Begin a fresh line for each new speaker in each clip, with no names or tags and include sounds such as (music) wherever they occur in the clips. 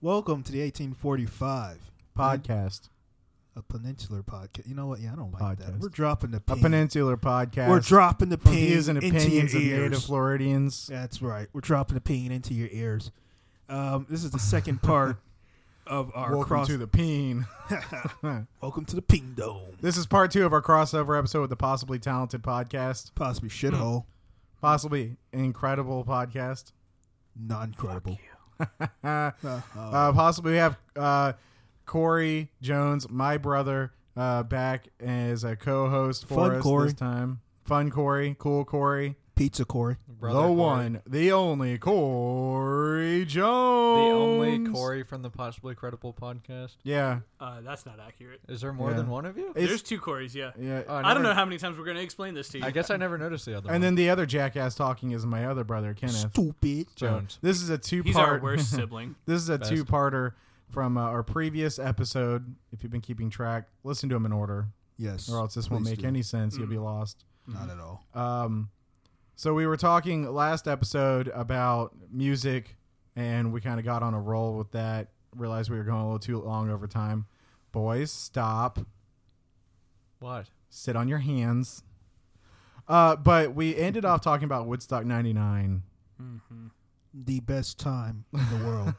Welcome to the 1845
podcast,
a peninsular podcast. You know what? Yeah, I don't like that.
Podcast.
We're dropping the
a
pin.
peninsular podcast.
We're dropping the
from
pain
views and
into your
opinions of native
ears.
Floridians.
That's right. We're dropping the pain into your ears. Um, this is the second
(laughs)
part of our
Welcome
cross.
to the peen.
Welcome to the ping dome.
This is part two of our crossover episode with the Possibly Talented podcast,
Possibly shithole.
possibly incredible podcast. Mm.
Non credible.
(laughs) Uh,
Uh,
uh, possibly we have uh, Corey Jones, my brother, uh, back as a co-host for
Fun
us
Corey.
this time. Fun Corey, cool Corey,
pizza Corey.
the
Brother Corey.
one, the only Corey
The
Jones,
only Corey from the Possibly Credible podcast.
Yeah,
Uh, that's not accurate.
Is there more
Yeah.
than one of you?
It's-
There's two Corys, yeah.
yeah.
Oh,
I
never-
don't know how many times we're going to explain this to you.
I guess I never noticed the other one.
And then the other jackass talking is my other brother, Kenneth.
Stupid.
So
Jones.
This is a two
He's our
part. (laughs)
worst sibling.
this is a
Best.
two parter from uh, our previous episode. If you've been keeping track, listen to them in order,
Yes.
or else this won't
Please
make
do.
any sense. You'll be lost.
Not at all.
Um, so we were talking last episode about music, and we kind of got on a roll with that. Realized we were going a little too long over time. Boys, stop.
what?
Sit on your hands. Uh, but we ended off talking about Woodstock '99.
The best time in the
(laughs)
world.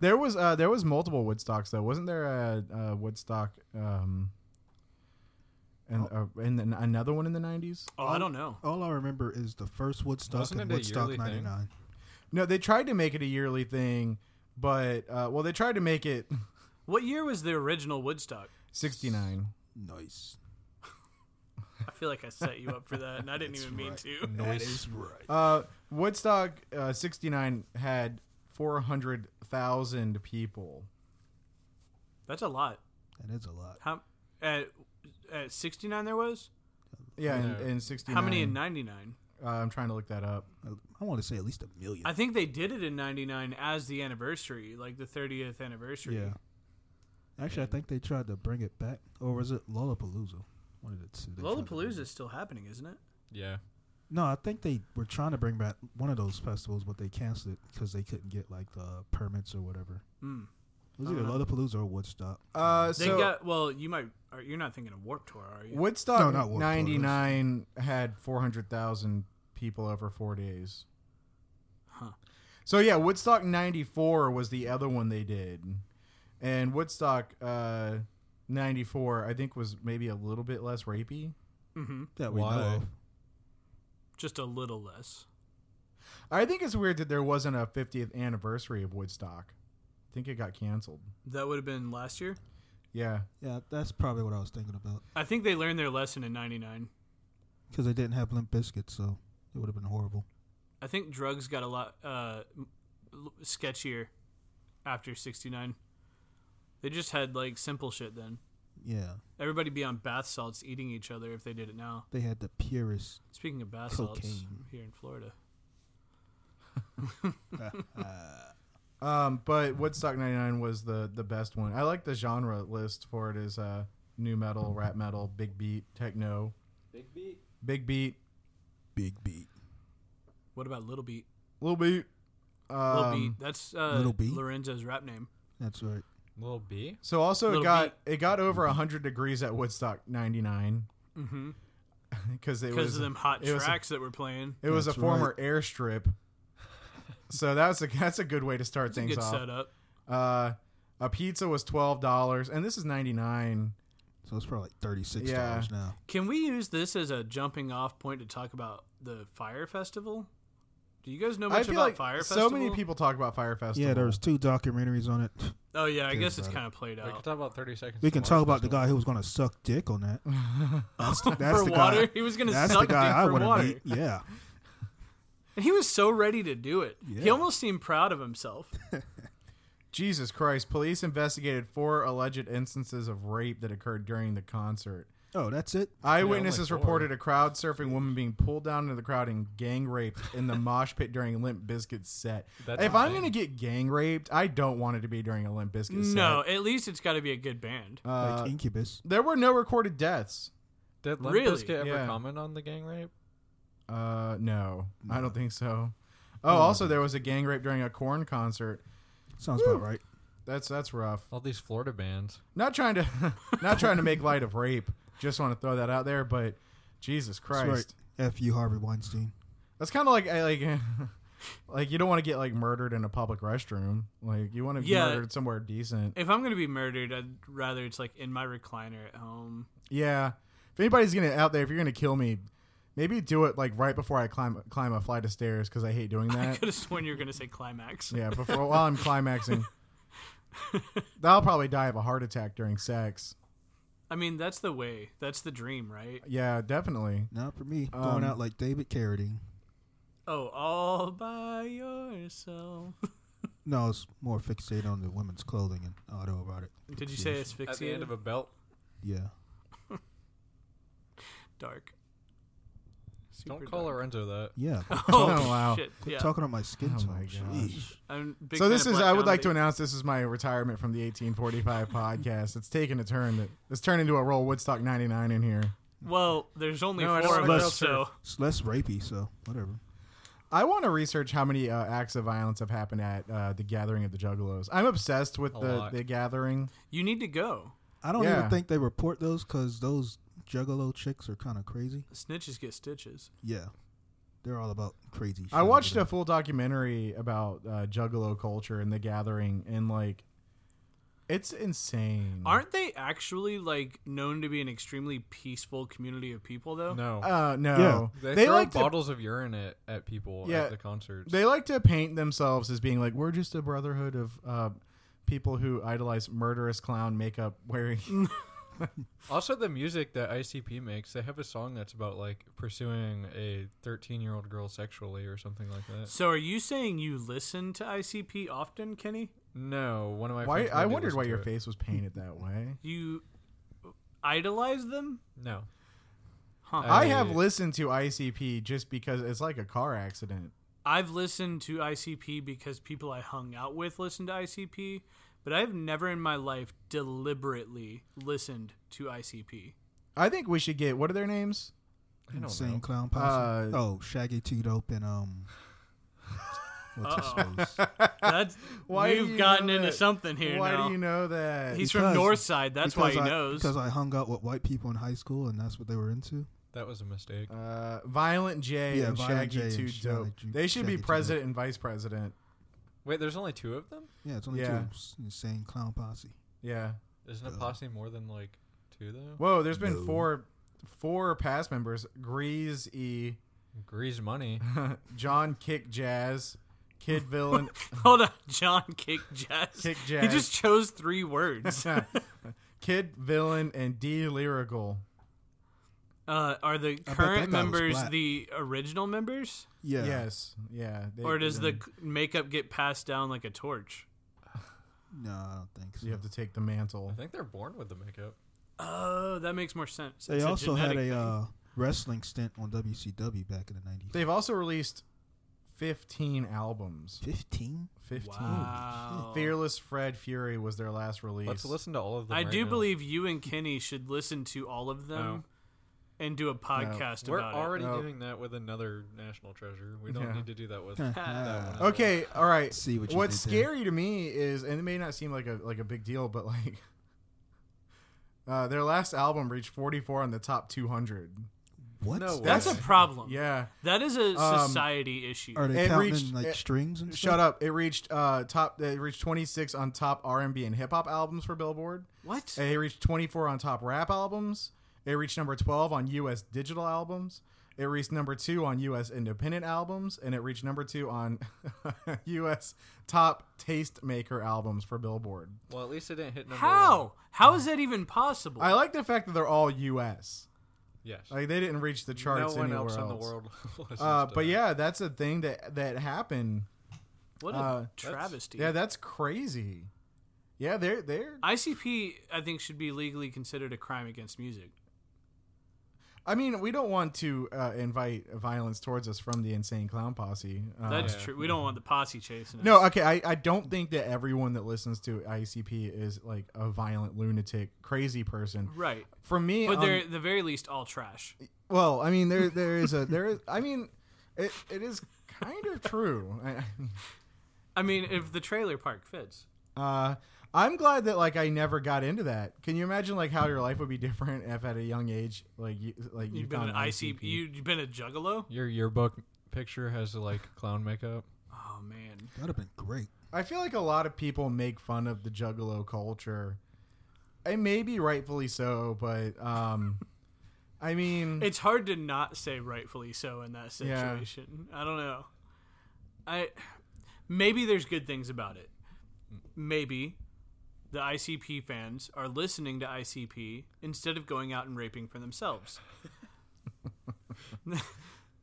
There was uh, there was multiple Woodstocks though, wasn't there? A, a Woodstock um, and uh, and then another one in the nineties.
Oh, I don't know.
all I remember is the first Woodstock
Wasn't
and
it a
Woodstock
yearly thing?
99.
No, they tried to make it a yearly thing, but uh, well, they tried to make it (laughs)
What year was the original Woodstock?
sixty nine.
Nice.
I feel like I set you up for that, and I didn't even mean
right.
to.
That is right.
Uh, Woodstock uh, sixty nine had four hundred thousand people.
That's a lot.
That is a lot.
How at at 69 there was?
Yeah,
Yeah.
in, in sixty nine.
How many in 99?
Uh, I'm trying to look that up.
I, I want to say at least a million.
I think they did it in 99 as the anniversary, like the 30th anniversary.
Yeah. Actually, I think they tried to bring it back, or was it Lollapalooza? One of the two. they tried to bring
Lollapalooza
back.
is still happening, isn't it?
Yeah.
No, I think they were trying to bring back one of those festivals, but they canceled it because they couldn't get like the permits or whatever.
Mm.
It was either
Uh-huh.
Lollapalooza or Woodstock.
Uh,
They
so
got well. You might. Are, you're not thinking of Warp Tour, are you?
Woodstock
No, not Warped Tour, it was-
99 had 400,000 people over four days.
Huh.
So, yeah, Woodstock 94 was the other one they did. And Woodstock uh, 94, I think, was maybe a little bit less rapey.
Mm-hmm.
that we know
Why?
of.
Just a little less.
I think it's weird that there wasn't a 50th anniversary of Woodstock. I think it got canceled.
That would have been last year.
Yeah.
Yeah, that's probably what I was thinking about
I think they learned their lesson in '99.
because they didn't have Limp Bizkit, so it would have been horrible.
I think drugs got a lot uh, l- sketchier after '69. They just had like simple shit then.
Yeah,
Everybody be on bath salts, eating each other if they did it now.
they had the purest.
Speaking of bath salts,
Cocaine.
here in Florida,
uh,
Um, but Woodstock 99 was the, the best one. I like the genre list for it is uh, new metal, rap metal, big beat, techno,
Big beat.
big beat,
Big beat.
what about Little Beat?
Little Beat.
Little
Um,
Beat. That's uh,
Lil Beat?
Lorenzo's rap name.
That's right.
Little B.
So also it
Lil
got it got over hundred degrees at Woodstock (laughs) '99
Mm-hmm.
because it
Because
was
of them hot
it was a-
tracks that were playing.
it was a
That's
former
(laughs)
airstrip. So that's a that's a good way to start
It's a
things
good
off.
setup.
Uh, a pizza was twelve dollars, and this is '99.
So it's probably like thirty six
Yeah.
dollars now.
Can we use this as a jumping off point to talk about the Fire Festival? Do you guys know much
I feel
about
like
Fire
so
Festival?
many people talk about Fire Festival.
Yeah, there was two documentaries on it.
Oh yeah, I
Dude,
guess it's
brother.
kind of played
We can
out.
talk about 30 seconds.
We
to
can
Mars
talk about the
Festival.
guy who was going to suck dick on
(laughs)
that. That's, the- that's
for
the
water, (laughs)
guy.
he was gonna
That's
suck
the guy
dick
I
for
want
water,
to meet. Yeah,
and he was so ready to do it. He
Yeah.
almost seemed proud
(laughs)
of himself.
Jesus Christ! Police investigated four alleged instances of rape that occurred during the concert.
Oh, that's it.
Eyewitnesses
only four.
reported a crowd surfing woman being pulled down into the crowd and gang raped in the mosh pit during Limp Bizkit's set.
That's
if I'm
insane.
gonna get gang raped, I don't want it to be during a Limp Bizkit set.
no, at least it's got to be a good band.
Uh,
like Incubus.
there were no recorded deaths.
Did Limp
Really?
Bizkit ever
Yeah.
comment on the gang rape?
Uh, no, I don't think so. Oh, also there was a gang rape during a corn concert.
Sounds about right.
That's that's rough.
All these Florida bands.
Not trying to (laughs) not trying to make light of rape. Just want to throw that out there, but Jesus Christ.
right. F you, Harvey Weinstein.
That's kind of like I like (laughs) like you don't want to get like murdered in a public restroom. Like you want to be
Yeah.
murdered somewhere decent.
If I'm gonna be murdered, I'd rather it's like in my recliner at home.
Yeah. If anybody's gonna out there, if you're gonna kill me, maybe do it like right before I climb climb a flight of stairs because I hate doing
I
that.
could have sworn you were gonna say climax.
yeah, before while I'm
(laughs)
climaxing, I'll probably die of a heart attack during sex.
I mean, that's the way. That's the dream, right?
Yeah, definitely.
Not for me.
Um,
Going out like David Carradine.
Oh, all
(laughs)
by yourself.
No, it's more fixated on the women's clothing and auto about it.
Did you say
At the end
asphyxiated?
of a belt.
Yeah.
dark. Super
Don't call
dark.
Lorenzo that.
Yeah.
(laughs) Oh,
Oh, wow.
shit!
Quit
Yeah.
talking on my skin
Oh
tone.
my
Jeez.
I'm a big
so
fan
this
of
is
black
I would like to
comedy.
announce this is my retirement from the 1845 (laughs) podcast. It's taken a turn that it's turned into a roll Woodstock 99 in here.
Well, there's only
No, I don't
four of
wanna
us,
go
so
It's less rapey, so whatever.
I want to research how many uh, acts of violence have happened at uh, the Gathering of the Juggalos. I'm obsessed with
A
the,
lot.
the Gathering.
you need to go.
I don't
Yeah.
even think they report those because those juggalo chicks are kind of crazy.
Snitches get stitches.
Yeah. They're all about crazy shit.
I watched
over
a full documentary about uh, Juggalo culture and the Gathering, and like, it's insane.
Aren't they actually like known to be an extremely peaceful community of people, though?
No.
uh, no?
Yeah.
they,
They
throw
like to-
bottles of urine at, at people
Yeah.
at the concerts.
They like to paint themselves as being like we're just a brotherhood of uh, people who idolize murderous clown makeup
(laughs)
wearing.
also, the music that ICP makes, they have a song that's about like pursuing a 13 year old girl sexually or something like that.
So are you saying you listen to ICP often, Kenny?
No, one of my
Why?
friends
I
made me
wondered
listen
why
to
your
it.
face was painted that
(laughs)
way.
You idolize them?
No.
Huh.
I have
I-
listened to ICP just because it's like a car accident.
I've listened to ICP because people I hung out with listened to ICP, but I've never in my life deliberately listened
(laughs)
to ICP.
I think we should get what are their names?
I don't
Insane
know.
clown posse.
Uh,
oh, Shaggy Two Dope and um. (laughs) What's
Uh,
his face?
That's
Why do
we've
you
gotten
know
into
that?
something here
why
now.
do you know that?
He's
Uh, Because-
from Northside. (laughs) That's why he
Because I-
knows.
Because I hung out with white people in high school, and that's what they were into.
That was a mistake.
uh, Violent J
Yeah,
and
Violent
Shaggy
J
Two
and
Dope.
Shaggy Two-
they should
Shaggy
be
Two
president and vice president.
Wait, there's only two of them?
Yeah, it's only
Yeah.
two insane clown posse.
Yeah.
Isn't a
uh,
Duh.
posse more than like two though?
Whoa, there's been
No.
four four past members: Grease E, (laughs)
Grease money.
John Kick Jazz, Kid Villain,
(laughs) (laughs) Hold on, John Kick Jazz.
Kick
He
Jazz.
just chose
(laughs)
three words.
(laughs) Kid Villain, and D Lyrical.
Uh, are the
bet that
current
guy was
members
black.
the original members,
Yeah.
Yes, yeah. they-
or does the
they-
c- makeup get passed down like a torch?
No, I don't think so.
you have to take the mantle?
I think they're born with the makeup.
Oh, that makes more sense.
They
It's
also had
genetic
a
thing.
uh, wrestling stint on WCW back in the nineties.
They've also released 15 albums. (laughs)
Fifteen.
15.
Wow.
Fearless Fred Fury was their last release.
Um, Let's listen to all of them.
I
right
do
now.
believe you and Kenny should listen to all of them and do a podcast
we're
about
already
No.
doing that with another national treasure. We don't
Oh. Yeah.
need to do that
(laughs)
with
Huh.
that one. as
Okay, all right.
See what you
What's
did there.
scary to me is, and it may not seem like a like a big deal, but like (laughs) uh, their last album reached 44 on the top 200.
What?
No
it. That's a
way.
problem.
Yeah,
That is a
Um,
society issue.
Are they
It
counting
reached-
in, like
it-
strings and
shut up. It reached uh, top. It reached 26 on top R&B and hip hop albums for Billboard.
what?
It reached 24 on top rap albums. It reached number 12 on U.S. digital albums. It reached number two on U.S. independent albums, and it reached number two on (laughs) U.S. top tastemaker albums for Billboard.
Well, at least it didn't hit number one.
How? How is that even possible?
I like the fact that they're all U.S.
Yes.
Like they didn't reach the
no
charts
one
anywhere
else, in the
else.
world. (laughs) listens
Uh, but
to that.
yeah, that's a thing that that happened.
what a
uh,
travesty.
Yeah, that's crazy. Yeah, they're they're.
ICP, I think, should be legally considered a crime against music.
I mean, we don't want to uh, invite violence towards us from the insane clown posse. Uh,
That's
yeah.
true. We don't want the posse chasing us.
No, okay. I, I don't think that everyone that listens to ICP is like a violent lunatic, crazy person.
right.
For me,
But
um,
they're at the very least all trash.
well, I mean, there there is a there is. I mean, it it is kind of true. I, I-
I I mean, if the trailer park fits.
Uh, I'm glad that like I never got into that. Can you imagine like how your life would be different if at a young age like you like you
You've been
found
an ICP. You, you've been a juggalo?
Your yearbook picture has like clown makeup.
Oh, man.
That'd have been great.
I feel like a lot of people make fun of the Juggalo culture, and maybe rightfully so. But um, I mean,
It's hard to not say rightfully so in that
Mm-hmm. Yeah.
situation. I don't know. I maybe there's good things about it. Maybe the ICP fans are listening to ICP instead of going out and raping
(laughs)
for themselves.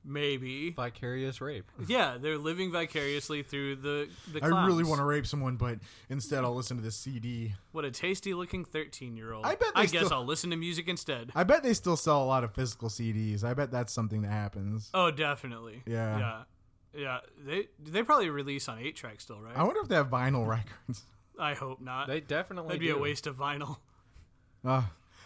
maybe.
Vicarious rape.
Yeah, they're living vicariously through the the
I really
clowns.
want to rape someone, but instead I'll listen to this CD.
What a tasty looking 13-year-old.
I bet they
I guess
still-
I'll listen to music instead.
I bet they still sell a lot of physical CDs. I bet that's something that happens.
Oh, definitely.
Yeah.
Yeah. Yeah, they they probably release on 8 track still, right?
I wonder if they have vinyl (laughs) records.
I hope not.
They definitely
Uh, That'd be a
do.
waste of vinyl. (laughs)
Uh,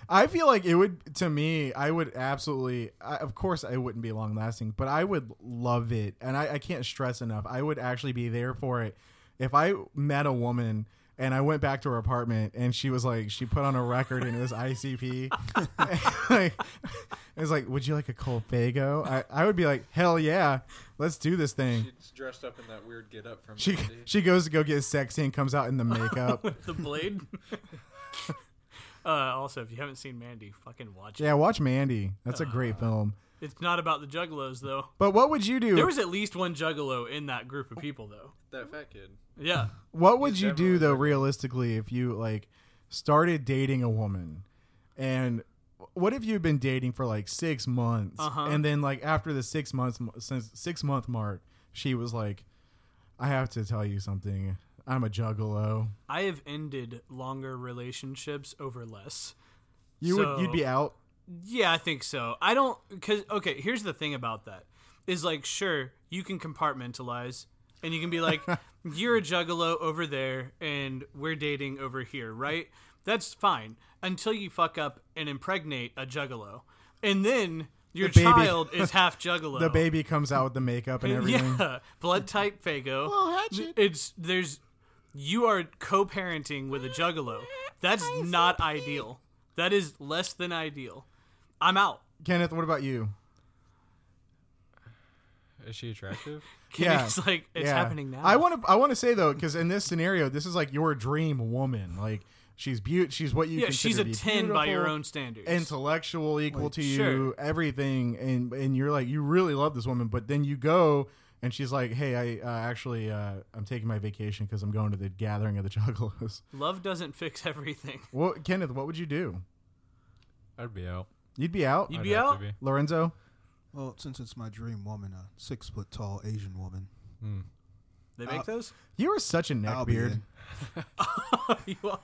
I feel like it would, to me, I would absolutely, I, of course, I wouldn't be long lasting, but I would love it. And I, I can't stress enough, I would actually be there for it. If I met a woman and I went back to her apartment and she was like, she put on a record and it was ICP. (laughs) like, I was like, would you like a cold fago? I, I would be like, hell yeah, let's do this thing.
She's dressed up in that weird get up (laughs) from
She,
Mandy.
she goes to go get sexy and comes out in the
(laughs)
makeup.
the blade. uh, also, if you haven't seen Mandy, fucking watch it.
yeah, watch Mandy. That's a great film.
It's not about the juggalos though.
But what would you do?
There was at least one juggalo in that group of people though.
That fat kid.
Yeah.
What would
He's
you do
definitely
though, realistically, if you like started dating a woman, and what if you've been dating for like six months,
Uh-huh.
and then like after the six months since six month mark, she was like, "I have to tell you something. I'm a juggalo.
I have ended longer relationships over less.
You
So-
would you'd be out."
Yeah, I think so. I don't cuz okay, here's the thing about that. Is like sure, you can compartmentalize and you can be
(laughs)
like you're a juggalo over there and we're dating over here, right? That's fine until you fuck up and impregnate a juggalo. And then your
baby-
child is half
(laughs)
juggalo.
The baby comes out with the makeup and everything.
(laughs) Yeah, blood type Fago.
Well, hatchet.
It's there's you are co-parenting with a juggalo. That's not ideal. That is less than ideal. I'm out.
Kenneth, what about you?
Is she (laughs) attractive?
Yeah.
It's like it's
Yeah.
happening now.
I want to. I want to say though, because in this scenario, this is like your dream woman. Like she's beaut. She's what you.
Yeah,
consider
she's a
to be
ten by your
beautiful,
own standards.
Intellectual, equal to you,
sure.
everything, and and you're like you really love this woman, but then you go and she's like, hey, I uh, actually uh, I'm taking my vacation because I'm going to the gathering of the (laughs) Juggalos.
Love doesn't fix everything.
(laughs) What, Kenneth? What would you do?
I'd be out.
You'd be out,
You'd
I'd
be
have to
out.
be.
Lorenzo.
Well, since it's my dream woman, a six foot tall Asian woman,
They make those.
You are such a
I'll
neck
be
beard.
in.
(laughs) you are.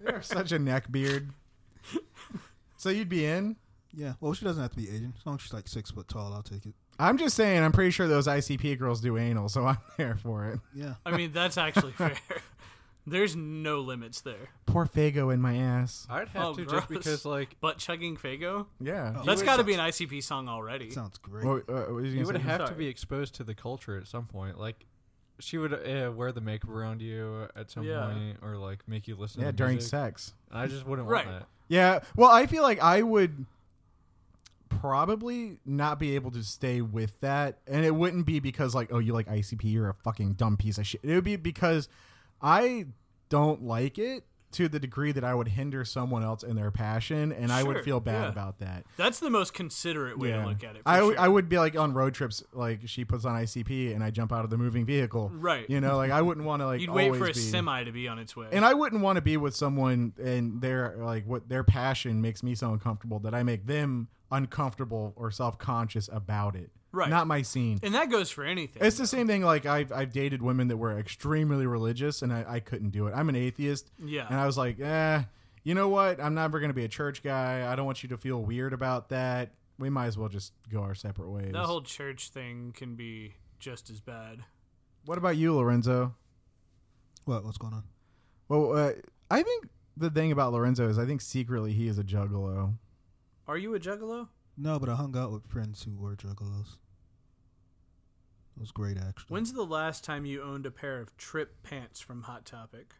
You are such a neck beard. So you'd be in.
Yeah. Well, she doesn't have to be Asian. As long as she's like six foot tall, I'll take it.
I'm just saying, I'm pretty sure those ICP girls do anal, so I'm (laughs) there for it.
Yeah.
I mean, that's actually fair. (laughs) There's no limits there.
Poor Fago in my ass.
I'd have
Oh,
to
gross.
just because
(laughs)
like
But chugging Fago?
Yeah.
Oh.
That's
would-
got to be an ICP song already.
Sounds great.
What, uh, what was you
you
gonna
would
say?
have to
Sorry.
be exposed to the culture at some point. Like she would uh, wear the makeup around you at some
Yeah.
point, or like make you listen.
yeah,
to
during
music.
sex.
And I just wouldn't
Right.
want that.
Yeah. Well, I feel like I would probably not be able to stay with that, and it wouldn't be because like, oh, you like ICP, you're a fucking dumb piece of shit. It would be because I don't like it to the degree that I would hinder someone else in their passion, and I would
Sure,
feel bad
yeah.
about that.
That's the most considerate way
Yeah.
to look at it. for
I, w-
sure.
I would be like on road trips, like she puts on ICP and I jump out of the moving vehicle.
Right.
You know, like I wouldn't want to like
You'd wait
always
for a
be-
semi to be on its way.
And I wouldn't want to be with someone and their like what their passion makes me so uncomfortable that I make them uncomfortable or self conscious about it.
Right.
Not my scene.
and that goes for anything.
it's the same thing. Like I've I've dated women that were extremely religious and I, I couldn't do it. I'm an atheist.
Yeah.
And I was like, eh, you know what? I'm never gonna be a church guy. I don't want you to feel weird about that. We might as well just go our separate ways.
that whole church thing can be just as bad.
What about you, Lorenzo?
What? What's going on?
Well, uh, I think the thing about Lorenzo is I think secretly he is a juggalo.
Are you a juggalo?
No, but I hung out with friends who were juggalos. It was great actually.
When's the last time you owned a pair of Trip pants from Hot Topic?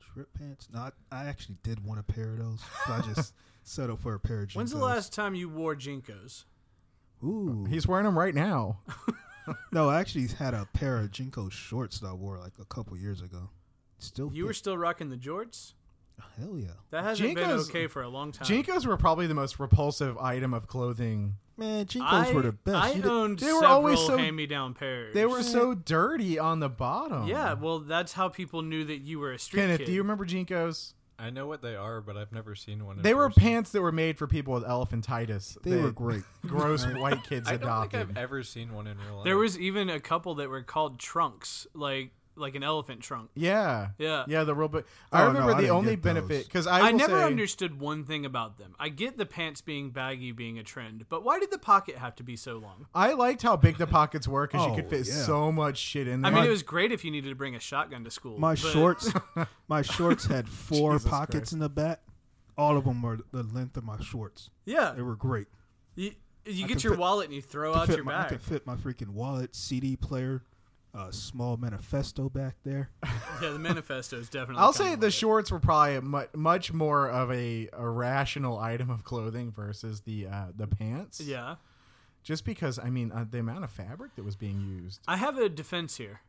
Trip pants? No, I, I actually did want a pair of those. but I
(laughs)
just settled for a pair of.
When's the
Jinkos.
last Uh, time you wore Jinkos?
Ooh,
He's wearing them right now.
no. I actually had a pair of Jinko shorts that I wore like a couple years ago. Still,
You were
fit.
still rocking the jorts?
hell yeah,
That hasn't been
Jinkos-
okay for a long time.
Jinkos were probably the most repulsive item of clothing.
man. Jinkos
I,
were the best.
I
You did-
owned
they were
several
always so-
hand-me-down pairs.
They were so dirty on the bottom.
Yeah, well, that's how people knew that you were a street
Kenneth,
kid.
do you remember Jinkos?
I know what they are, but I've never seen one. In
They were
person.
pants that were made for people with elephantitis.
they were
that
(laughs)
great.
(laughs) Gross white kids
I don't
adopted.
think I've ever seen one in real life.
There was even a couple that were called trunks, like like an elephant trunk.
yeah.
Yeah.
Yeah, the real. But
Oh,
I
no,
remember
I
the
didn't
only
get those.
benefit because
I,
I, will
never
say,
understood one thing about them. I get the pants being baggy being a trend, but why did the pocket have to be so long?
I liked how big the pockets were because you
Oh,
could fit
yeah.
so much shit in
I
there.
mean, it was great if you needed to bring a shotgun to school.
My
but-
shorts, my shorts had four
Jesus
pockets
Christ.
in the back. All of them were the length of my shorts.
(laughs) Yeah,
They were great.
you, you
I
get
could
your
fit-
wallet and you throw
could
out
fit
your
my, I
bag.
could fit my freaking wallet, CD player, uh, small manifesto back there.
Yeah, the manifesto's definitely.
I'll
coming
say the
with it.
shorts were probably much, much more of a, a rational item of clothing versus the uh, the pants.
Yeah,
Just because, I mean, uh, the amount of fabric that was being used.
I have a defense here.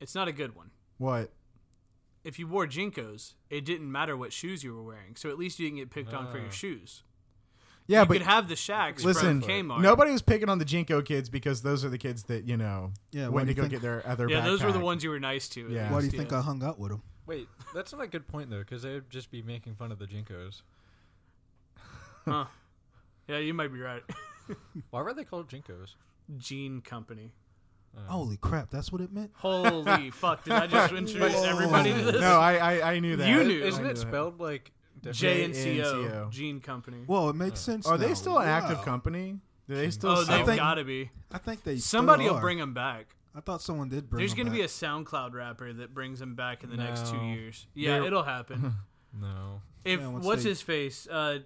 It's not a good one.
What?
If you wore jinkos, it didn't matter what shoes you were wearing, so at least you didn't get picked on for
Ah.
your shoes.
Yeah,
you
but
could have the shacks
listen,
from Kmart.
nobody was picking on the Jinko kids because those are the kids that you know
Yeah, why
went
do you
to go
think-
get their other.
Yeah, those were the
backpack.
ones you were nice to. at
Yeah.
Why do you
least,
think
yeah.
I hung out with them?
Wait, that's not a good point though, because they'd just be making fun of the Jinkos.
Huh. Yeah, you might
(laughs)
be right.
Why were they called Jinkos?
Gene Company. Oh,
Holy crap, that's what it meant. (laughs)
Holy fuck! Did I just introduce
Whoa.
(laughs)
everybody to this?
No, I, I I knew that.
You knew.
Isn't
I
it
that.
spelled like
J and C
J&CO.
O. Gene Company.
Well, it makes sense.
Are they
now.
still an active
Wow.
company? Do they still?
Oh,
sell-
they've
think-
got to be.
I think they. still
Somebody will
are.
bring them back.
I thought someone did bring.
There's
them
going to be a
back.
SoundCloud rapper that brings them back in the next two
No.
years. Yeah,
They're-
it'll happen.
No,
If
Yeah, once
what's
they-
his face, uh, uh,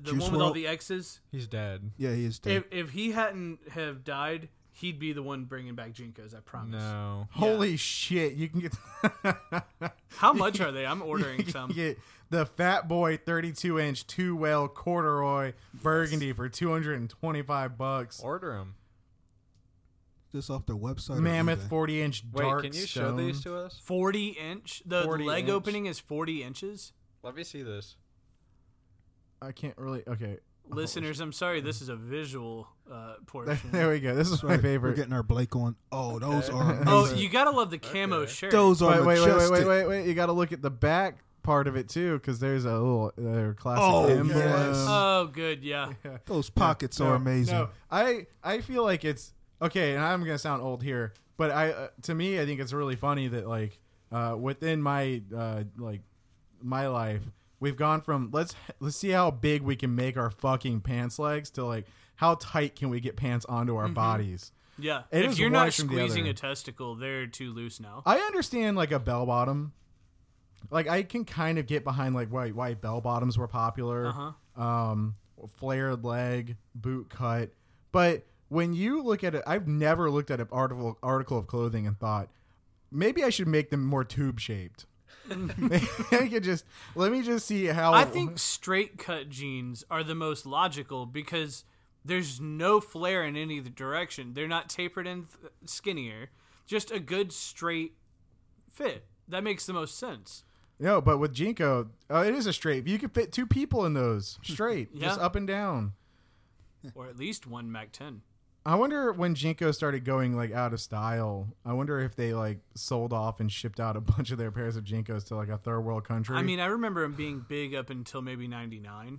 the
Juice
one with all
WRLD?
the X's,
he's dead.
Yeah, he is.
if
Dead.
if he hadn't have died, he'd be the one bringing back Jinkos. I promise.
No,
Holy shit! You can get. (laughs)
How much are they? I'm
you
ordering
can
some.
get the Fat Boy 32 inch two well corduroy burgundy for 225 bucks.
order them.
Just off their website. or
Mammoth
eBay.
40 inch
Wait,
dark
can you show
stone.
these to us?
40 inch. The
40
leg
inch.
opening is 40 inches.
Let me see this.
I can't really. Okay, (laughs)
Listeners, I'm sorry, this is a visual uh, portion.
there we go. This is
That's
my
right, We're
favorite.
getting our Blake on. Oh, those are. Amazing.
(laughs) oh, you gotta love the camo
Okay.
shirt.
those are
Wait, wait, wait, wait,
majestic.
wait, wait, wait. You got to look at the back part of it too, because there's a little uh, classic
Oh,
emblem. Um,
yes.
Oh, good, yeah.
Those pockets
No,
are amazing.
no. I I feel like it's okay, and I'm gonna sound old here, but I uh, to me I think it's really funny that like uh, within my uh, like my life we've gone from let's let's see how big we can make our fucking pants legs to like how tight can we get pants onto
Mm-hmm.
our bodies.
Yeah.
It
if
is
you're
one
not
from the
squeezing
other. Oh.
a testicle, they're too loose now.
I understand like a bell bottom. Like I can kind of get behind like why why bell bottoms were popular.
Uh-huh.
Um flared leg, boot cut. But when you look at it, I've never looked at an article article of clothing and thought maybe I should make them more tube
(laughs)
shaped. (laughs) I could just let me just see how
I think straight cut jeans are the most logical because there's no flare in any other direction. They're not tapered and th- skinnier. Just a good straight fit. That makes the most sense.
no, but with Jinko, uh, it is a straight. You could fit two people in those straight, just
Yeah.
up and down.
Or at least one Mac 10.
I wonder when Jinko started going like out of style. I wonder if they like sold off and shipped out a bunch of their pairs of Jinkos to like a third world country.
I mean, I remember them being big up until maybe 99.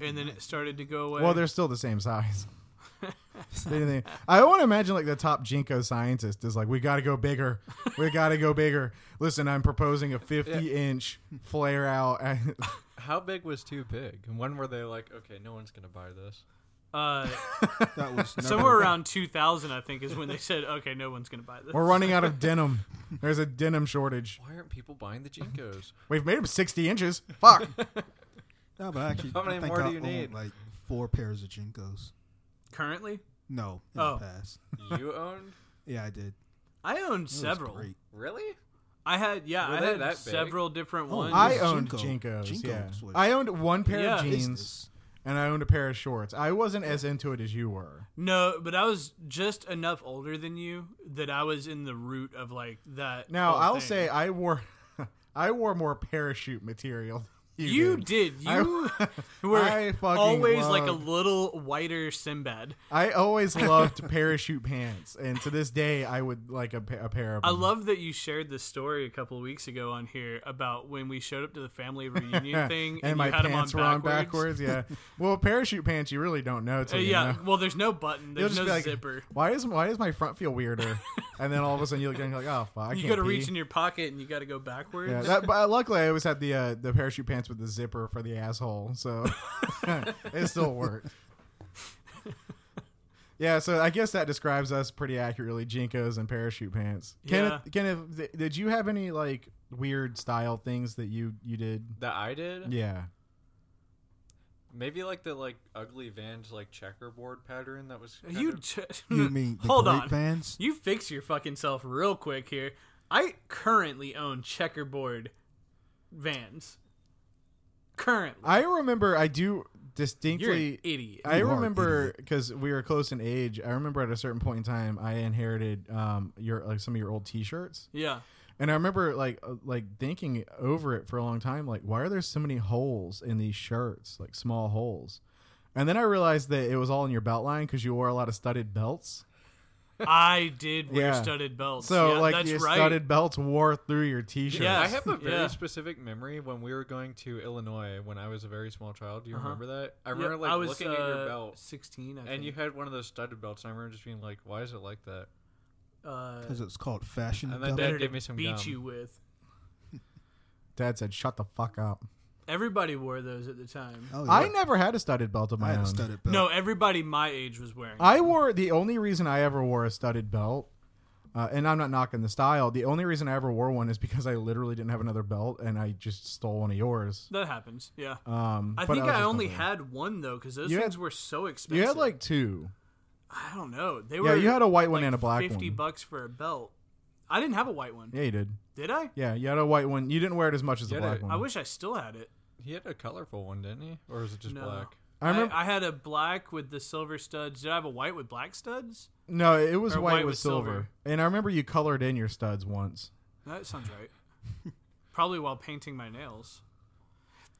And then it started to go away.
well, they're still the same
(laughs)
size. They didn't- I want to imagine like the top Jinko scientist is like, we got to go bigger. We got to go bigger. Listen, I'm proposing a 50 inch flare out.
How big was too big? And when were they like, okay, no one's gonna buy this?
(laughs)
uh,
That was never-
somewhere around 2000, I think, is when they said, okay, no one's going to buy
(laughs)
this.
We're running out of denim. There's a denim shortage.
Why aren't people buying the
(laughs)
Jinkos?
We've made them 60 inches. Fuck.
No, but actually,
How
I
many
think
more
I
do you
own,
need?
Like four pairs of Jinkos.
Currently?
No, in
Oh.
the past.
you owned?
Yeah, I did.
I owned
It was
several. (laughs)
great.
Really?
I had yeah,
Were
I
they
had
that big?
several different ones.
Oh, I
yeah,
owned
Jinkos.
Jinkos.
Jinkos
yeah.
was-
I owned one pair of
Yeah.
jeans
Business.
and I owned a pair of shorts. I wasn't as into it as you were.
no, but I was just enough older than you that I was in the root of like that.
Now
whole
I'll
thing.
say I wore (laughs) I wore more parachute material. Than you,
you
did. (laughs)
did.
I-
You (laughs) were
I fucking
always like a
loved-
little whiter Sinbad.
I always loved
(laughs)
parachute pants, and to this day, I would like a, pa- a pair of. (laughs)
I
them.
love that you shared this story a couple of weeks ago on here about when we showed up to the
(laughs)
family reunion thing and,
and my
you had
pants
them
were
on
on backwards.
backwards.
Yeah.
(laughs)
well, parachute pants, you really don't know.
Uh,
Till you
yeah,
know.
well, there's no button,
You'll
there's no
be like,
zipper.
Why is why is my front feel
(laughs)
weirder? and then all of a sudden you look and you're like, oh fuck, I
You
can't
got to
pee.
reach in your pocket and you got to go backwards. (laughs)
Yeah, that, but luckily I always had the uh, the parachute pants with the zipper for the asshole, so (laughs) it still worked. Yeah, so I guess that describes us pretty accurately, Jinkos and parachute pants. Kenneth,
Yeah.
Kenneth, th- did you have any like weird style things that you you did?
That I did?
Yeah,
Maybe like the like ugly Vans like checkerboard pattern that was. kind
(laughs)
you
of-
j- (laughs)
You mean the
Hmm. hold
great
on. (laughs)
fans?
You fix your fucking self real quick here. I currently own checkerboard vans. Currently,
I remember. I do
you're
distinctly.
an idiot.
I
You are an
remember because we were close in age. I remember at a certain point in time, I inherited um your like some of your old T-shirts,
yeah,
and I remember like uh, like thinking over it for a long time, like why are there so many holes in these shirts, like small holes, and then I realized that it was all in your belt line because you wore a lot of studded belts.
I
(laughs)
did wear
Yeah.
studded belts.
So
Yeah,
like
that's
your
right.
studded belts wore through your T-shirt.
Yeah.
I have a very
Yeah.
specific memory when we were going to Illinois when I was a very small child. Do you
Uh-huh.
remember that? I
Yeah,
remember like
I was
looking at
uh,
your belt,
sixteen, I
and you
think.
had one of those studded belts, and I remember just being like, "Why is it like that?"
uh,
Because it's called fashion.
And then
double.
Dad
better
gave
to
me some
beat
gum.
you with.
Dad said, "Shut the fuck up."
Everybody wore those at the time.
Oh,
I
yeah.
never had a studded belt of
I
my
had
own.
a studded belt.
No, everybody my age was wearing.
I wore the only reason I ever wore a studded belt, uh, and I'm not knocking the style. The only reason I ever wore one is because I literally didn't have another belt, and I just stole one of yours.
that happens. Yeah,
Um,
I
Oh. but
think
was
I
just
only
wondering.
had one though because those
You had-
things were so expensive.
you had like two.
I don't know. They
Yeah,
were.
you had a white one
like
and a black
Fifty
one.
bucks for a belt. I didn't have a white one.
Yeah, you did.
Did I?
Yeah, you had a white one. You didn't wear it as much as the
Yeah,
black
I-
one.
I wish I still had it.
He had a colorful one, didn't he? Or is it just
No.
black?
I remember.
I, had a black with the silver studs. Did I have a white with black studs?
no, it was
or
white,
white
with
with
silver.
silver.
and I remember you colored in your studs once.
That sounds right.
(laughs)
Probably while painting my nails.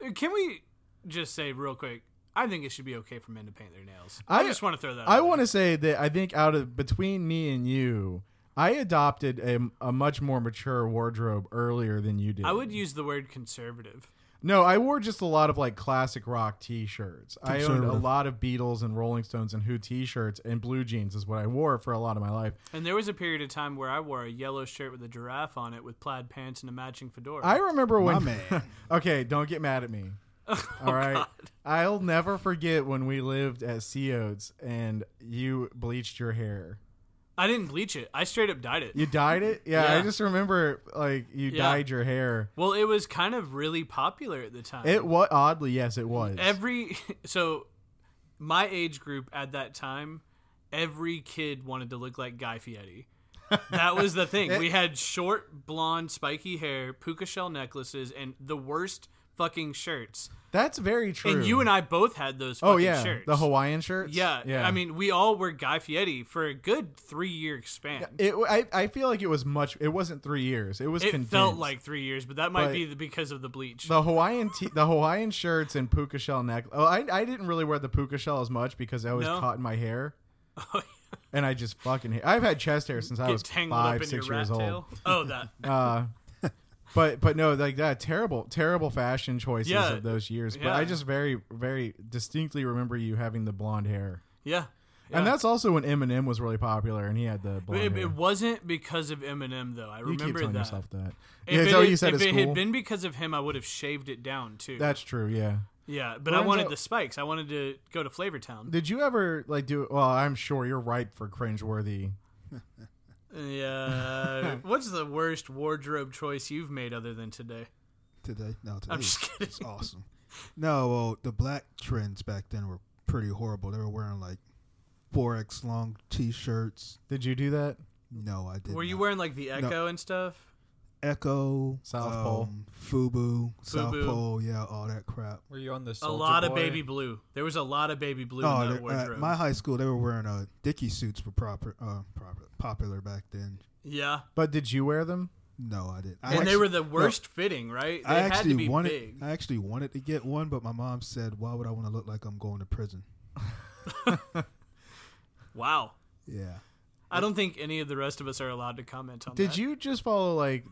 Uh, Can we just say real quick? I think it should be okay for men to paint their nails. I,
I-
just want to throw that.
I want to say that I think out of between me and you, I adopted a, a much more mature wardrobe earlier than you did.
I would use the word conservative.
No, I wore just a lot of like classic rock T-shirts. I owned a
Conservative.
lot of Beatles and Rolling Stones and Who T-shirts and blue jeans is what I wore for a lot of my life.
And there was a period of time where I wore a yellow shirt with a giraffe on it, with plaid pants and a matching fedora.
I remember
My
when.
man.
(laughs) okay, don't get mad at
(laughs)
me.
Oh,
All right, I'll never forget when we lived at Sea Oats and you bleached your hair.
I didn't bleach it. I straight up dyed it.
You dyed it. Yeah,
Yeah.
I just remember like you
Yeah.
dyed your hair.
Well, it was kind of really popular at the time.
It was oddly yes, it was.
every (laughs) so my age group at that time, every kid wanted to look like Guy Fieri. That
(laughs)
was the thing. we had short, blonde, spiky hair, puka shell necklaces, and the worst fucking shirts.
That's very true.
And you and I both had those. Fucking
Oh yeah,
shirts.
the Hawaiian shirts.
Yeah,
yeah.
I mean, we all were Guy Fieri for a good three year span.
It, I, I feel like it was much. It wasn't three years. It was.
it
condensed.
felt like three years, but that might
But-
be the, because of the bleach.
the Hawaiian t- the Hawaiian shirts and puka shell neck. Oh, I, I didn't really wear the puka shell as much because I was
No? Oh,
caught in my
(laughs)
hair, and I just fucking. Hate. I've had chest hair since I was
Get tangled
five
up in your
six
rat
years
tail. Oh, that.
old. Uh, but but no, like that terrible terrible fashion choices
Yeah.
of those years. But
Yeah.
I just very very distinctly remember you having the blonde hair.
Yeah.
And
Yeah.
that's also when Eminem was really popular, and he had the blonde
It,
hair.
it wasn't because of Eminem though. I
you
remember
keep telling
that.
yourself that.
If
yeah,
it,
is that what
had-
you said
if
at
it
school?
had been because of him, I would have shaved it down too.
That's true. Yeah.
yeah, but I
Lorenzo-
wanted the spikes. I wanted to go to Flavortown.
Did you ever like do? Well, I'm sure you're ripe for cringeworthy.
Yeah. (laughs) What's the worst wardrobe choice you've made other than today?
today. No, today.
just
is- It's (laughs) awesome. No, well, the black trends back then were pretty horrible. They were wearing like four X long T-shirts.
Did you do that?
No, I did.
Were you
not.
wearing like the Echo and stuff?
Echo,
South Pole.
um, Fubu, South
Fubu.
Pole? Yeah, all that crap.
Were you on the
a
Soulja
lot of
Boy?
baby blue. There was a lot of baby blue in
Oh,
that
they- at
wardrobe.
my high school, they were wearing uh, Dickie suits were proper, uh, proper popular back then.
yeah,
But did you wear them?
No, I didn't. I
and they
actu-
were the worst fitting, right? They
I
had
actually
to be
wanted.
big.
I actually wanted to get one, but my mom said, "Why would I want to look like I'm going to prison?"
Wow.
Yeah.
I don't think any of the rest of us are allowed to comment on
Did
that.
you just follow like?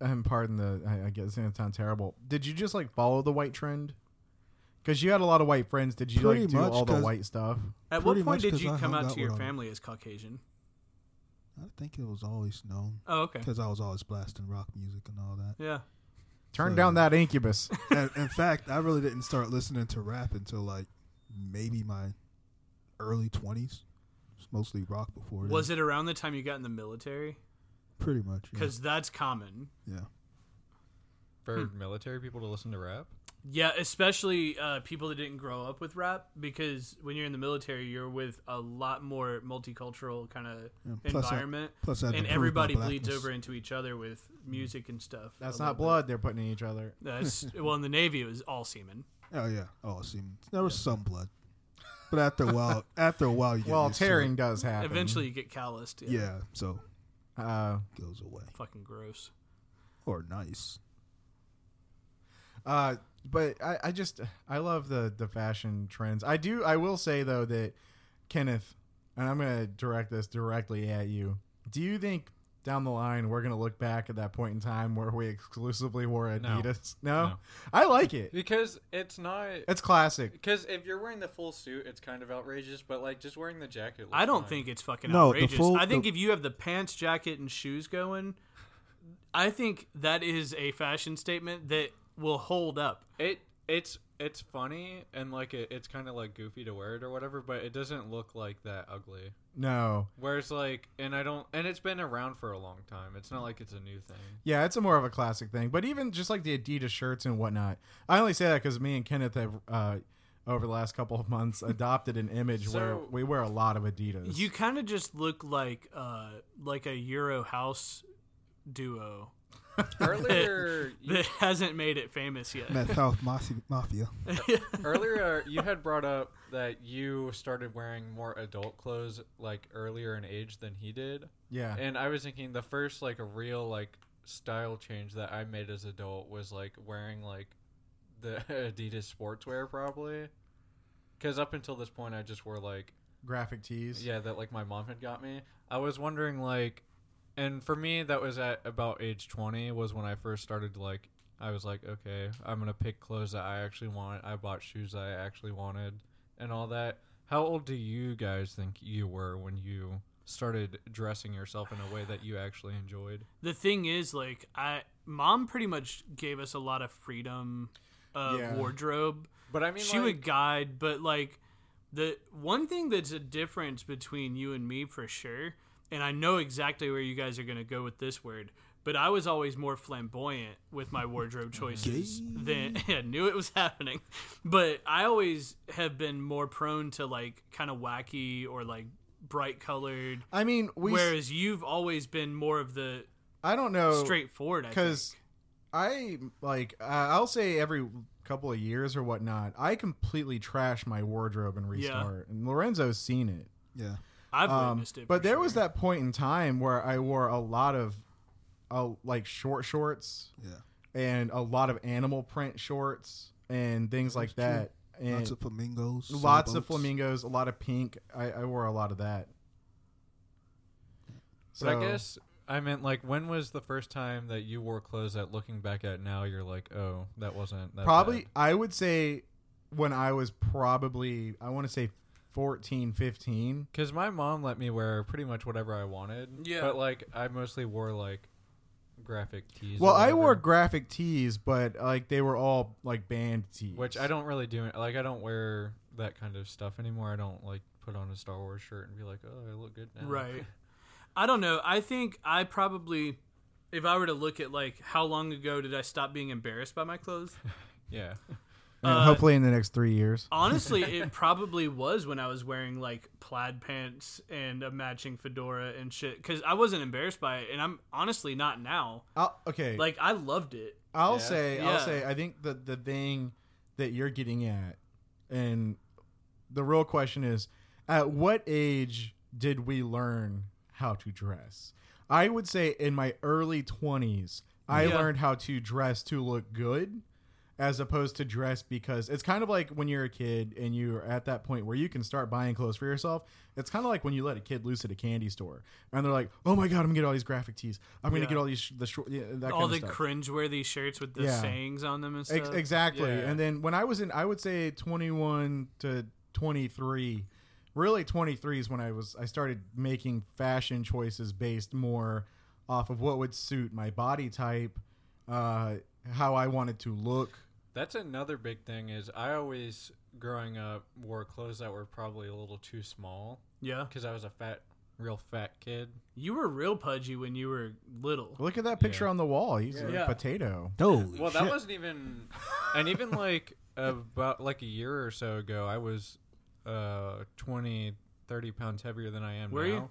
And pardon the. I, I guess it sounds terrible. Did you just like follow the white trend? Because you had a lot of white friends. Did you
Pretty
like do
much,
all the
'cause-
white stuff?
At what
Pretty
point
much
did
'cause
you
I
come
hung
out
out
to your
with 'em.
family as Caucasian?
I think it was always known
Oh, okay.
because I was always blasting rock music and all that.
Yeah.
Turn
So-
down that
(laughs)
incubus.
and, in fact, I really didn't start listening to rap until like maybe my early twenties. It's mostly rock before. then.
Was it around the time you got in the military?
pretty much? yeah.
Because that's common.
yeah.
(laughs)
(laughs)
for military people to listen to rap.
Yeah, especially uh, people that didn't grow up with rap, because when you're in the military, you're with a lot more multicultural kind of
Yeah, plus I-
environment,
Plus, I had to
and
prove my
everybody bleeds
blackness.
over into each other with music and stuff.
That's
a
not
little
blood they're putting in each other.
bit. That's well, in the Navy, it was
(laughs)
all semen.
Oh yeah. Oh, see, there was some blood, but after a
(laughs)
while, after a while, you get
Well,
used to it.
tearing does happen.
Eventually, you get calloused. Yeah,
Yeah. So
Uh,
it goes away
fucking gross.
or nice.
Uh, but I, I just I love the the fashion trends. I do. I will say though that Kenneth, and I'm gonna direct this directly at you. Do you think down the line we're gonna look back at that point in time where we exclusively wore Adidas? No,
No.
I like it.
Because it's not.
It's classic.
Because if you're wearing the full suit, it's kind of outrageous. But like just wearing the jacket,
I don't think it's fucking
No, the
outrageous.
full-
I think
the-
if you have the pants, jacket, and shoes going, I think that is a fashion statement that will hold up.
it. It's it's funny and like it, it's kind of like goofy to wear it or whatever, but it doesn't look like that ugly.
No,
Whereas like, and I don't, and it's been around for a long time. It's not like it's a new thing.
yeah, it's a more of a classic thing. But even just like the Adidas shirts and whatnot, I only say that because me and Kenneth have. Uh, over the last couple of months, (laughs) adopted an image where
So-
we wear a lot of Adidas.
You kind of just look like uh like a Euro house duo
(laughs) Earlier, you,
that (laughs) hasn't made it famous yet.
Meth Health Mafia. Mafia.
earlier uh, you had brought up that you started wearing more adult clothes like earlier in age than he did.
yeah,
And I was thinking the first like real like style change that I made as adult was like wearing like the (laughs) Adidas sportswear probably. Cuz up until this point I just wore like
graphic tees.
yeah, that like my mom had got me. I was wondering like and for me that was at about age 20 was when I first started like I was like, okay, I'm going to pick clothes that I actually want. I bought shoes that I actually wanted and all that. How old do you guys think you were when you started dressing yourself in a way that you actually enjoyed?
The thing is like I mom pretty much gave us a lot of freedom of
Yeah.
wardrobe.
But I mean
she would guide, but like the one thing that's a difference between you and me for sure, and I know exactly where you guys are going to go with this word, but I was always more flamboyant with my wardrobe
Mm-hmm.
choices than (laughs) I knew it was happening. But I always have been more prone to like kind of wacky or like bright colored,
I mean, we.
whereas you've always been more of the
I don't know
straightforward. I think.
because I like uh, I'll say every couple of years or whatnot, I completely trash my wardrobe and restart. And Lorenzo's seen it,
Yeah.
I've
Um,
witnessed it.
but
for
there
sure.
was that point in time where I wore a lot of, uh, like short shorts
Yeah.
and a lot of animal print shorts and things like that, and
Lots of flamingos.
lots of
sailboats.
flamingos, a lot of pink. I, I wore a lot of that. So
But I guess I meant like when was the first time that you wore clothes that looking back at now you're like, oh, that wasn't that
probably
bad.
i would say when i was probably i want to say 14 15
Cause my mom let me wear pretty much whatever I wanted.
Yeah.
But like I mostly wore like graphic tees. or
well i
whatever,
wore graphic tees but like they were all like band tees
which I don't really do. Like I don't wear that kind of stuff anymore. I don't like put on a Star Wars shirt and be like, oh, I look good now.
Right. (laughs) I don't know. I think I probably, if I were to look at like how long ago did I stop being embarrassed by my clothes,
(laughs) Yeah.
And hopefully in the next three years.
Honestly, it probably was when I was wearing like plaid pants and a matching fedora and shit because I wasn't embarrassed by it, and I'm honestly not now.
I'll, okay,
Like I loved it.
I'll
Yeah.
say, I'll
Yeah.
say, I think that the thing that you're getting at, and the real question is, at what age did we learn how to dress? I would say in my early 20s, I
Yeah.
learned how to dress to look good as opposed to dress because it's kind of like when you're a kid and you're at that point where you can start buying clothes for yourself. It's kind of like when you let a kid loose at a candy store and they're like, "Oh my god, I'm going to get all these graphic tees. I'm going to
Yeah.
get all these sh- the short yeah, that
All
kind
the
of stuff."
cringeworthy shirts with the
Yeah.
sayings on them and stuff.
Ex- exactly.
Yeah.
And then when I was in, I would say 21 to 23, really 23 is when I was, I started making fashion choices based more off of what would suit my body type, uh, how I wanted to look.
That's another big thing is I always growing up wore clothes that were probably a little too small
Yeah,
because I was a fat, real fat kid.
you were real pudgy when you were little.
Look at that picture
Yeah.
on the wall. He's a
Yeah.
potato.
Holy
well,
shit.
that wasn't even, and even like about like a year or so ago, I was uh 20, 30 pounds heavier than I am
Were
now.
you?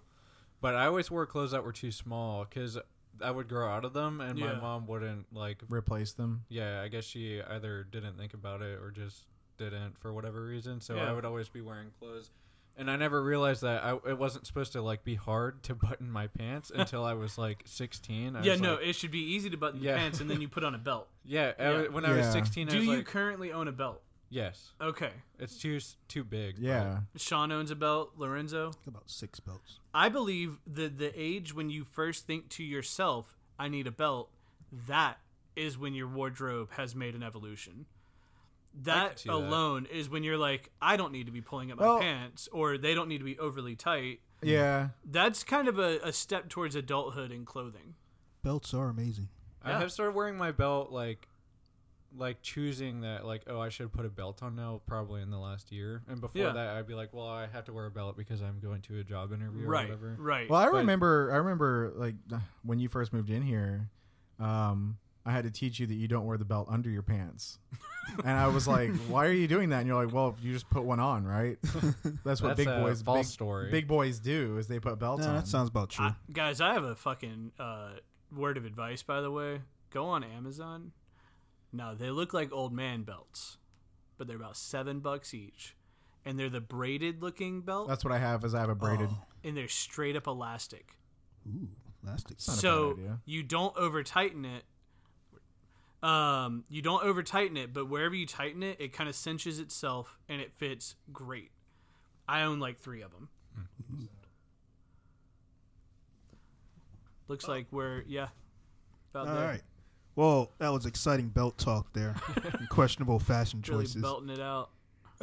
But I always wore clothes that were too small because I would grow out of them, and my
Yeah.
mom wouldn't like.
Replace them.
Yeah, I guess she either didn't think about it or just didn't for whatever reason. So
Yeah.
I would always be wearing clothes. And I never realized that I, it wasn't supposed to like be hard to button my
(laughs)
pants until I was like 16. I
yeah,
was
no,
like-
it should be easy to button
Yeah.
the pants and then you put on a belt.
yeah, I
Yeah.
was- when I was
Yeah.
16, I
Do
was
you
like,
currently own a belt?
yes,
Okay.
it's too s- too big.
Yeah.
Sean owns a belt. Lorenzo.
about six belts.
I believe that the age when you first think to yourself, I need a belt, that is when your wardrobe has made an evolution.
can
That
see that.
alone is when you're like, I don't need to be pulling up my
Well-
pants, or they don't need to be overly tight.
Yeah.
That's kind of a, a step towards adulthood in clothing.
Belts are amazing.
I
Yeah.
have started wearing my belt like like choosing that like oh I should put a belt on now probably in the last year and before
Yeah.
that I'd be like well I have to wear a belt because I'm going to a job interview
Right.
or whatever
Right.
Well, I
But-
remember, I remember like (sighs) when you first moved in here, um, I had to teach you that you don't wear the belt under your
(laughs)
pants. and I was like, why are you doing that? And you're like, well, you just put one on,
(laughs)
right? That's what
That's
big
a
boys,
false
big,
story.
big boys do is they put belts
Nah,
on.
that sounds about true.
I- guys, I have a fucking uh, word of advice, by the way. Go on Amazon. No, they look like old man belts, but they're about seven bucks each. And they're the braided looking belt,
That's what I have is I have a braided.
and they're straight up elastic.
Oh, Ooh, elastic.
not a
so
bad idea.
you don't over tighten it. Um, you don't over tighten it, but wherever you tighten it, it kind of cinches itself and it fits great. I own like three of them. Looks like we're yeah. About
All
there.
right. Well, that was exciting belt talk
(laughs)
there. And questionable fashion
Really
choices.
belting it out.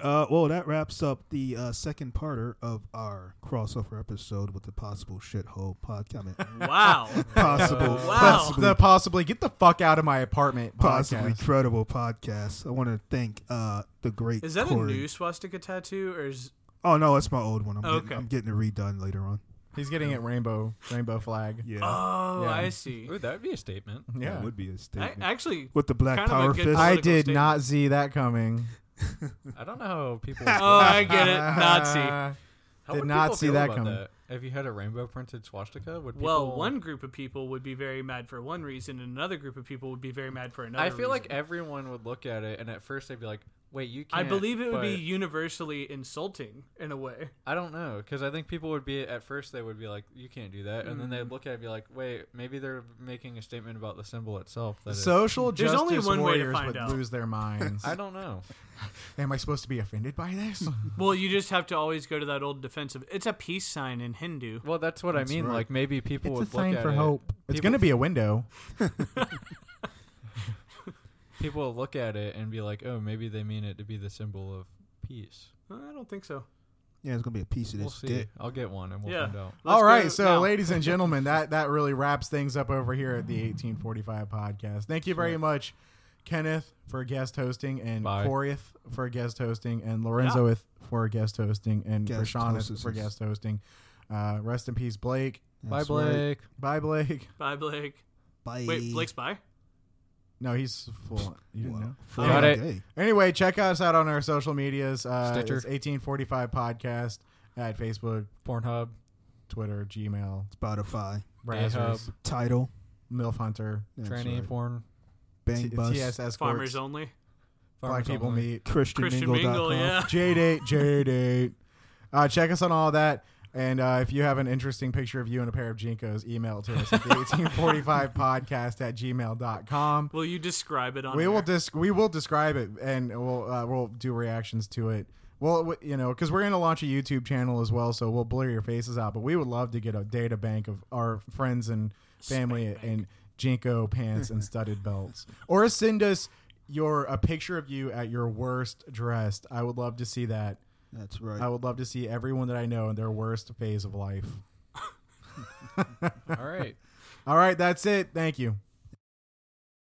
Uh, well, that wraps up the uh, second parter of our crossover episode with the possible shithole podcast. I mean,
(laughs) Wow.
possible,
Wow.
possibly,
The (laughs) possibly get the fuck out of my apartment.
possibly
podcast.
credible podcast. I want to thank uh, the great.
Is that
Corey.
a new swastika tattoo or is
Oh no, it's my old one. I'm,
Okay.
getting, I'm getting it redone later on.
He's getting it rainbow, rainbow flag.
Yeah,
Oh,
Yeah.
I see.
Ooh, that would be
(laughs)
a statement.
that
Yeah.
would be a
I,
statement
actually
with the black
kind of a
power
good
fist.
I
Political
did
statement.
not see that coming.
I don't know how
(laughs)
people.
Oh, I get it. Nazi.
how
did
would
not
people
see
feel
that
about
coming.
If you had a rainbow printed swastika, would people,
Well, one group of people would be very mad for one reason, and another group of people would be very mad for another.
I feel like
reason.
everyone would look at it and at first they'd be like, "Wait, you
I
can't."
believe it would be
but-
universally insulting in a way.
I don't know because I think people would be at first they would be like, "You can't do that," and then
Mm.
they'd look at it and be like, "Wait, maybe they're making a statement about the symbol itself." That
(laughs)
is-
Social
There's
justice
only one way to
warriors
find
would
out.
lose their
(laughs)
minds.
I don't know.
Am I supposed to be offended by this?
Well, you just have to always go to that old defensive. It's a peace sign in Hindu.
Well, that's what I mean.
right.
Like maybe people would look at it.
It's
People-
going to be a window.
People would look at it and be like, "Oh, maybe they mean it to be the symbol of peace."
I don't think so.
yeah, it's gonna be a piece of
We'll
this
see.
dick.
I'll get one and we'll
yeah.
find out.
Let's
All
go
right,
(laughs)
so
now.
ladies and gentlemen, that that really wraps things up over here at the 1845 podcast. Thank you very much, Kenneth, for guest hosting, and
Bye.
Coreyth for guest hosting, and Lorenzoeth for guest hosting, and for
Guest
Seaneth
hostesses.
for guest hosting. Uh, rest in peace, Blake.
Bye,
That's right.
Blake.
Bye, Blake. (laughs)
bye, Blake.
Bye.
Wait, Blake's bye.
No, he's full. You didn't know.
Full
Got it.
gay.
Anyway, check us out on our social medias. Uh,
Stitcher.
it's 1845 podcast at Facebook,
Pornhub,
Twitter, Gmail,
Spotify,
Brazzers,
Ahub,
title,
MILF Hunter,
That's
tranny
right.
porn,
bang
T-
bus,
TS Escorts,
Farmers only.
Black
farmers
People
only.
(laughs)
Meet,
Christian
christianmingle.com.
Mingle, yeah.
J Date, J Date. Uh, check us on all that. And uh, if you have an interesting picture of you in a pair of Jinkos, email it to us at the 1845 podcast at gmail.com.
Will you describe it on
we
air?
will dis- we will describe it and we'll uh, we'll do reactions to it. Well, w- you know, because we're going to launch a YouTube channel as well, so we'll blur your faces out. But we would love to get a data bank of our friends and family
Spank bank.
and jinko pants
(laughs)
and studded belts, or send us your a picture of you at your worst dressed. I would love to see that.
That's right.
I would love to see everyone that I know in their worst phase of life.
All right.
(laughs)
All right, that's it. Thank you.